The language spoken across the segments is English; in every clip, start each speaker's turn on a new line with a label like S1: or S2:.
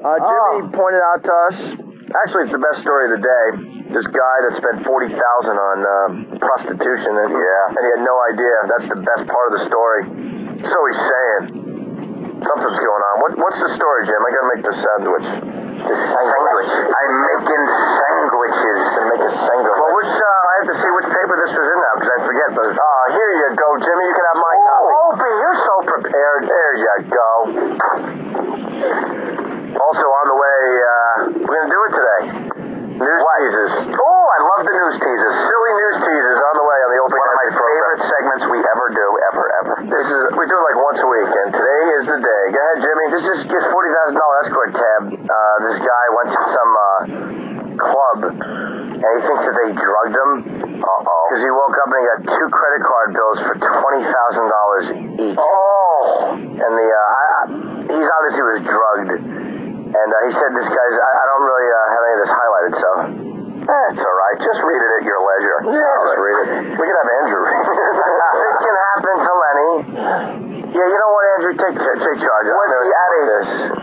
S1: Uh, Jimmy pointed out to us. Actually, it's the best story of the day. This guy that spent forty thousand on uh, prostitution, and yeah, and he had no idea. That's the best part of the story. So he's saying something's going on. What, what's the story, Jim? I gotta make the sandwich. The sandwich. I'm making sandwiches to make a sandwich. Well, which uh, I have to see which paper this was in now because I forget. But uh, here you go, Jimmy. You can have my copy. Opie, you're so prepared. There you go. Also on the way, uh, we're gonna do it today. News teasers. Oh, I love the news teasers. Silly news teasers on the way on the open. One of my favorite segments we ever do, ever, ever. This is we do it like once a week, and today is the day. Go ahead, Jimmy. This is just forty thousand dollar escort tab. Uh, this guy went to some uh, club, and he thinks that they drugged him. Uh oh. Because he woke up and he got two credit card bills for twenty thousand dollars each. Oh. And the uh, I, I, he's obviously was drugged, and uh, he said this guy's. I, I don't really uh, have any of this highlighted, so. Eh, it's all right. Just read it at your leisure. Yeah, just read it. We could have Andrew read it. it can happen to Lenny. Yeah, you know what, Andrew? Take, take charge. Was he at a,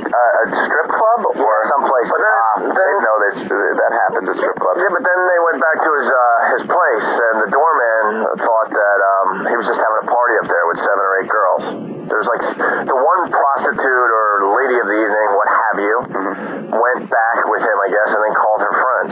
S1: uh, a strip club or someplace? Um, But then, no, that happens at strip clubs. Yeah, but then they went back to his uh, his place, and the doorman thought that um, he was just having a party up there with seven or eight girls. There's like the one prostitute or lady of the evening, what have you, went back with him, I guess, and then called her friends.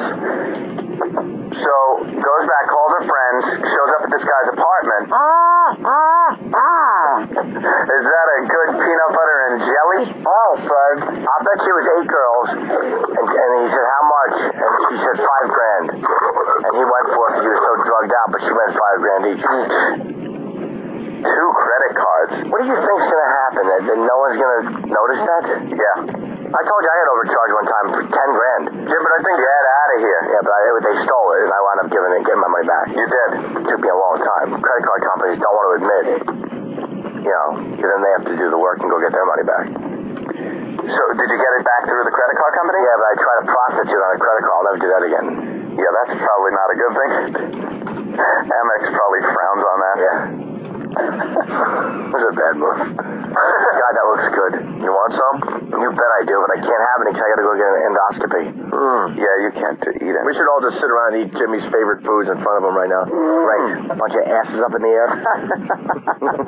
S1: So goes back, calls her friends, shows up at this guy's apartment. Ah, Is that a good peanut butter and jelly? Oh, son. I bet she was eight girls. And, and he said, How much? And she said, Five grand. And he went for it because he was so drugged out, but she went five grand each. Two credit cards. What do you think's going to happen? That, that no one's going to notice that? Yeah. I told you I got overcharged one time for 10 grand. Yeah, but I think. Get out of here. Yeah, but I, they stole it, and I wound up giving it, getting my money back. You did. took me a long time. Credit card companies don't want to admit you know, then they have to do the work and go get their money back. So did you get it back through the credit card company? Yeah, but I tried to prostitute on a credit card. I'll never do that again. Yeah, that's probably not a good thing. Amex probably frowns on that. Yeah. it was a bad move. God, that looks good. You want some? You bet I do, but I can't have any 'cause I got to go get an endoscopy. Yeah, you can't eat it. Hmm. We should all just sit around and eat Hmm. Jimmy's favorite foods in front of him right now. Right. Bunch of asses up in the air.